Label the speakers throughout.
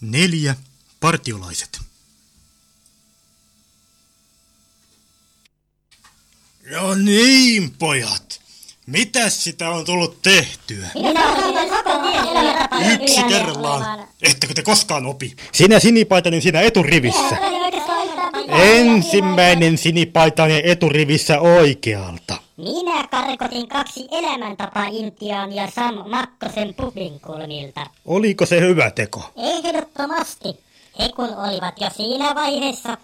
Speaker 1: Neljä. Partiolaiset. No niin, pojat. Mitäs sitä on tullut tehtyä?
Speaker 2: Minä otin koko tien elämätapaa
Speaker 1: Yksi kerrallaan. Ettekö te koskaan opi? Sinä sinipaitainen siinä eturivissä. Ensimmäinen sinipaitainen eturivissä oikealta.
Speaker 2: Minä karkotin kaksi elämäntapa intiaania Sam Makkosen pubin kulmilta.
Speaker 1: Oliko se hyvä teko?
Speaker 2: Ehdottomasti. He kun olivat jo siinä vaiheessa,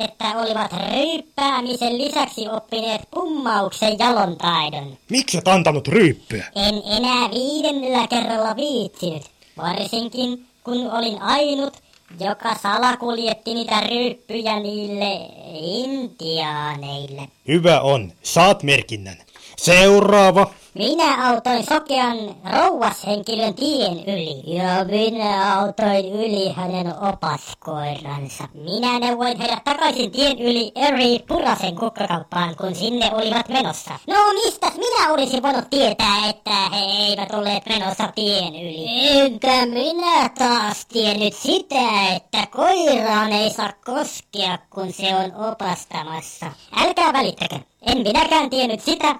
Speaker 2: että olivat ryyppäämisen lisäksi oppineet pummauksen jalontaidon.
Speaker 1: Miksi et antanut ryyppyä?
Speaker 2: En enää viidennellä kerralla viitsinyt, varsinkin kun olin ainut, joka salakuljetti niitä ryyppyjä niille intiaaneille.
Speaker 1: Hyvä on. Saat merkinnän. Seuraava.
Speaker 2: Minä autoin sokean rouvashenkilön tien yli. Ja minä autoin yli hänen opaskoiransa. Minä neuvoin heidät takaisin tien yli eri Purasen kukkakauppaan, kun sinne olivat menossa. No mistäs minä olisin voinut tietää, että he eivät olleet menossa tien yli? Enkä minä taas tiennyt sitä, että koiraan ei saa koskea, kun se on opastamassa. Älkää välittäkö. En minäkään tiennyt sitä,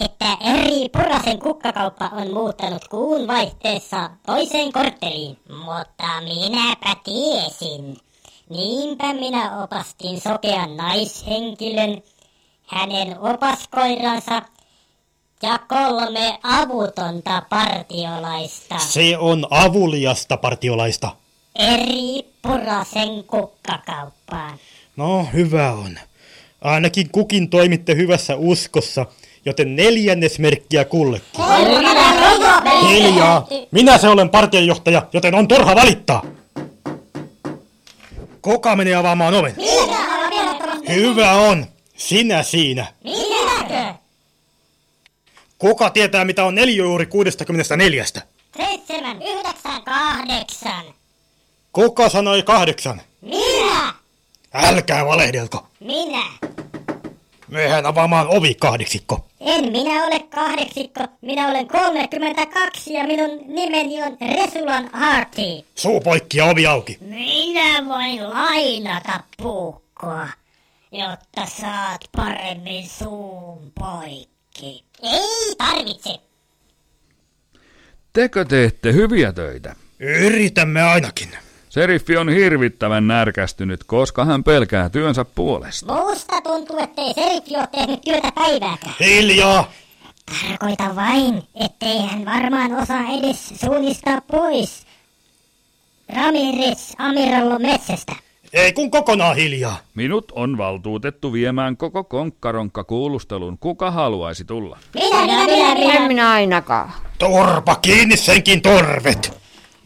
Speaker 2: että eri Purasen kukkakauppa on muuttanut kuun vaihteessa toiseen kortteliin. Mutta minäpä tiesin. Niinpä minä opastin sokean naishenkilön, hänen opaskoiransa ja kolme avutonta partiolaista.
Speaker 1: Se on avuliasta partiolaista.
Speaker 2: Eri Purasen kukkakauppaan.
Speaker 1: No, hyvä on. Ainakin kukin toimitte hyvässä uskossa, joten neljännesmerkkiä kullekin. Hiljaa! Minä se olen partiojohtaja, joten on turha valittaa! Koka menee avaamaan oven. Hyvä on! Sinä siinä.
Speaker 2: Minäkö?
Speaker 1: Kuka tietää, mitä on neljöjuuri 64?
Speaker 2: Seitsemän, yhdeksän, kahdeksan.
Speaker 1: Kuka sanoi kahdeksan?
Speaker 2: Minä!
Speaker 1: Älkää valehdelko.
Speaker 2: Minä!
Speaker 1: Mehän avaamaan ovi kahdeksikko.
Speaker 2: En minä ole kahdeksikko, minä olen 32 ja minun nimeni on Resulan Harti.
Speaker 1: Suu poikki ja ovi auki.
Speaker 2: Minä voin lainata puukkoa, jotta saat paremmin suun poikki. Ei tarvitse.
Speaker 3: Tekö teette hyviä töitä?
Speaker 1: Yritämme ainakin.
Speaker 3: Seriffi on hirvittävän närkästynyt, koska hän pelkää työnsä puolesta.
Speaker 2: Muusta tuntuu, ettei Serikki ole tehnyt työtä päivääkään.
Speaker 1: Hiljaa!
Speaker 2: Tarkoita vain, ettei hän varmaan osaa edes suunnistaa pois Ramirez Amirallo metsästä.
Speaker 1: Ei kun kokonaan hiljaa.
Speaker 3: Minut on valtuutettu viemään koko konkkaronkka kuulustelun. Kuka haluaisi tulla?
Speaker 2: Minä, minä, minä,
Speaker 4: Minä, minä,
Speaker 2: minä.
Speaker 4: minä ainakaan.
Speaker 1: Torpa kiinni senkin torvet.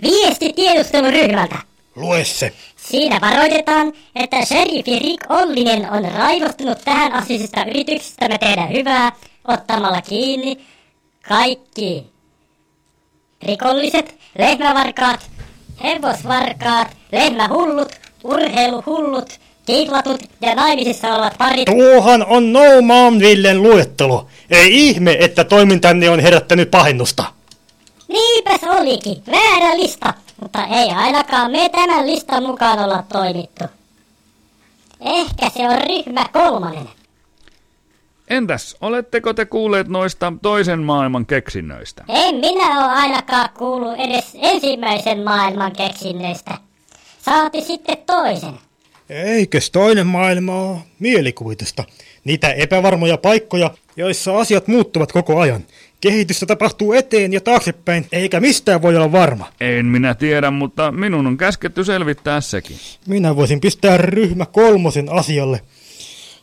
Speaker 2: Viesti tiedusteluryhmältä.
Speaker 1: Lue se.
Speaker 2: Siinä varoitetaan, että sheriffi Rick Ollinen on raivostunut tähän asiasta yrityksestä me tehdä hyvää ottamalla kiinni kaikki rikolliset, lehmävarkaat, hevosvarkaat, lehmähullut, urheiluhullut, kidlatut ja naimisissa olevat parit.
Speaker 1: Tuohan on No Man Villen luettelo. Ei ihme, että toimintanne on herättänyt pahennusta.
Speaker 2: Niinpäs olikin, väärä lista, mutta ei ainakaan me tämän listan mukaan olla toimittu. Ehkä se on ryhmä kolmonen.
Speaker 3: Entäs, oletteko te kuulleet noista toisen maailman keksinnöistä?
Speaker 2: En minä ole ainakaan kuullut edes ensimmäisen maailman keksinnöistä. Saati sitten toisen.
Speaker 1: Eikös toinen maailma ole mielikuvitusta? Niitä epävarmoja paikkoja, joissa asiat muuttuvat koko ajan. Kehitystä tapahtuu eteen ja taaksepäin, eikä mistään voi olla varma.
Speaker 3: En minä tiedä, mutta minun on käsketty selvittää sekin.
Speaker 1: Minä voisin pistää ryhmä kolmosen asialle.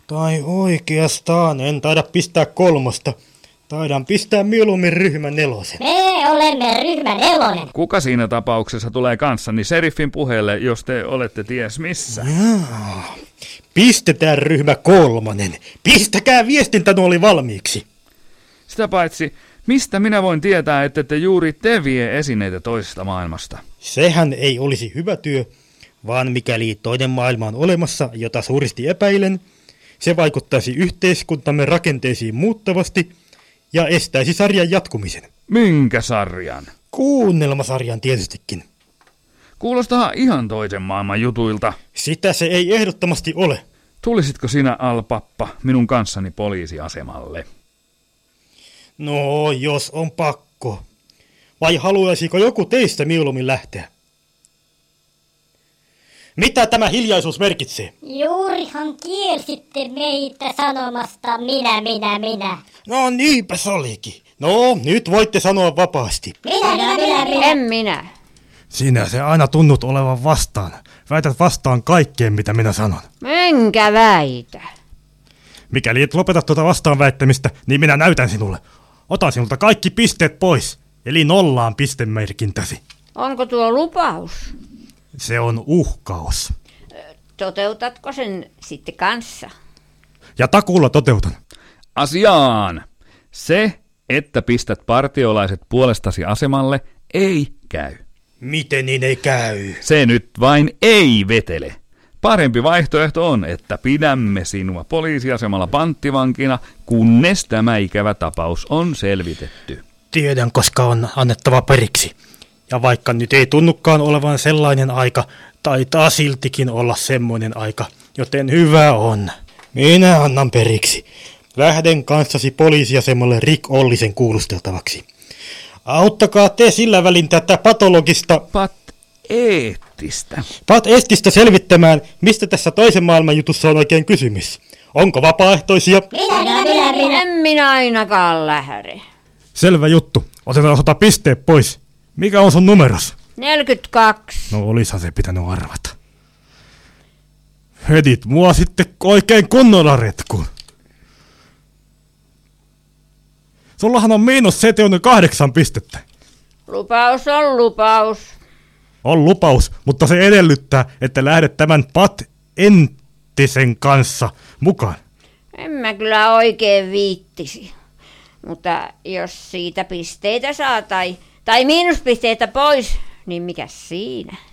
Speaker 1: Tai oikeastaan en taida pistää kolmosta. Taidan pistää mieluummin ryhmän nelosen.
Speaker 2: Me olemme ryhmän elonen.
Speaker 3: Kuka siinä tapauksessa tulee kanssani seriffin puheelle, jos te olette ties missä?
Speaker 1: Pistetään ryhmä kolmonen. Pistäkää viestintänuoli valmiiksi.
Speaker 3: Sitä paitsi, mistä minä voin tietää, että te juuri te vie esineitä toisesta maailmasta?
Speaker 1: Sehän ei olisi hyvä työ, vaan mikäli toinen maailma on olemassa, jota suuresti epäilen, se vaikuttaisi yhteiskuntamme rakenteisiin muuttavasti ja estäisi sarjan jatkumisen.
Speaker 3: Minkä sarjan?
Speaker 1: Kuunnelmasarjan tietystikin.
Speaker 3: Kuulostaa ihan toisen maailman jutuilta.
Speaker 1: Sitä se ei ehdottomasti ole.
Speaker 3: Tulisitko sinä, Alpappa, minun kanssani poliisiasemalle?
Speaker 1: No, jos on pakko. Vai haluaisiko joku teistä mieluummin lähteä? Mitä tämä hiljaisuus merkitsee?
Speaker 2: Juurihan kielsitte meitä sanomasta minä, minä, minä.
Speaker 1: No niinpä se olikin. No, nyt voitte sanoa vapaasti.
Speaker 2: Minä, minä, minä, minä.
Speaker 4: En minä.
Speaker 1: Sinä se aina tunnut olevan vastaan. Väität vastaan kaikkeen, mitä minä sanon.
Speaker 4: Enkä väitä.
Speaker 1: Mikäli et lopeta tuota vastaan väittämistä, niin minä näytän sinulle. Otan sinulta kaikki pisteet pois, eli nollaan pistemerkintäsi.
Speaker 4: Onko tuo lupaus?
Speaker 1: Se on uhkaus.
Speaker 4: Toteutatko sen sitten kanssa?
Speaker 1: Ja takuulla toteutan.
Speaker 3: Asiaan! Se, että pistät partiolaiset puolestasi asemalle, ei käy.
Speaker 1: Miten niin ei käy?
Speaker 3: Se nyt vain ei vetele. Parempi vaihtoehto on, että pidämme sinua poliisiasemalla panttivankina, kunnes tämä ikävä tapaus on selvitetty.
Speaker 1: Tiedän, koska on annettava periksi. Ja vaikka nyt ei tunnukaan olevan sellainen aika, taitaa siltikin olla semmoinen aika, joten hyvä on. Minä annan periksi. Lähden kanssasi poliisiasemalle Rick Ollisen kuulusteltavaksi. Auttakaa te sillä välin tätä patologista
Speaker 3: Pat eettistä.
Speaker 1: Pat Estistä selvittämään, mistä tässä toisen maailman jutussa on oikein kysymys. Onko vapaaehtoisia?
Speaker 2: Minä, minä, minä, minä.
Speaker 4: En minä ainakaan lähde.
Speaker 1: Selvä juttu. Otetaan sota pisteet pois. Mikä on sun numeros?
Speaker 4: 42.
Speaker 1: No olisihan se pitänyt arvata. Hedit mua sitten oikein kunnolla retkuun. Sullahan on miinus seteon kahdeksan pistettä.
Speaker 4: Lupaus on lupaus.
Speaker 1: On lupaus, mutta se edellyttää, että lähdet tämän Pat Entisen kanssa mukaan.
Speaker 4: En mä kyllä oikein viittisi. Mutta jos siitä pisteitä saa tai, tai miinuspisteitä pois, niin mikä siinä?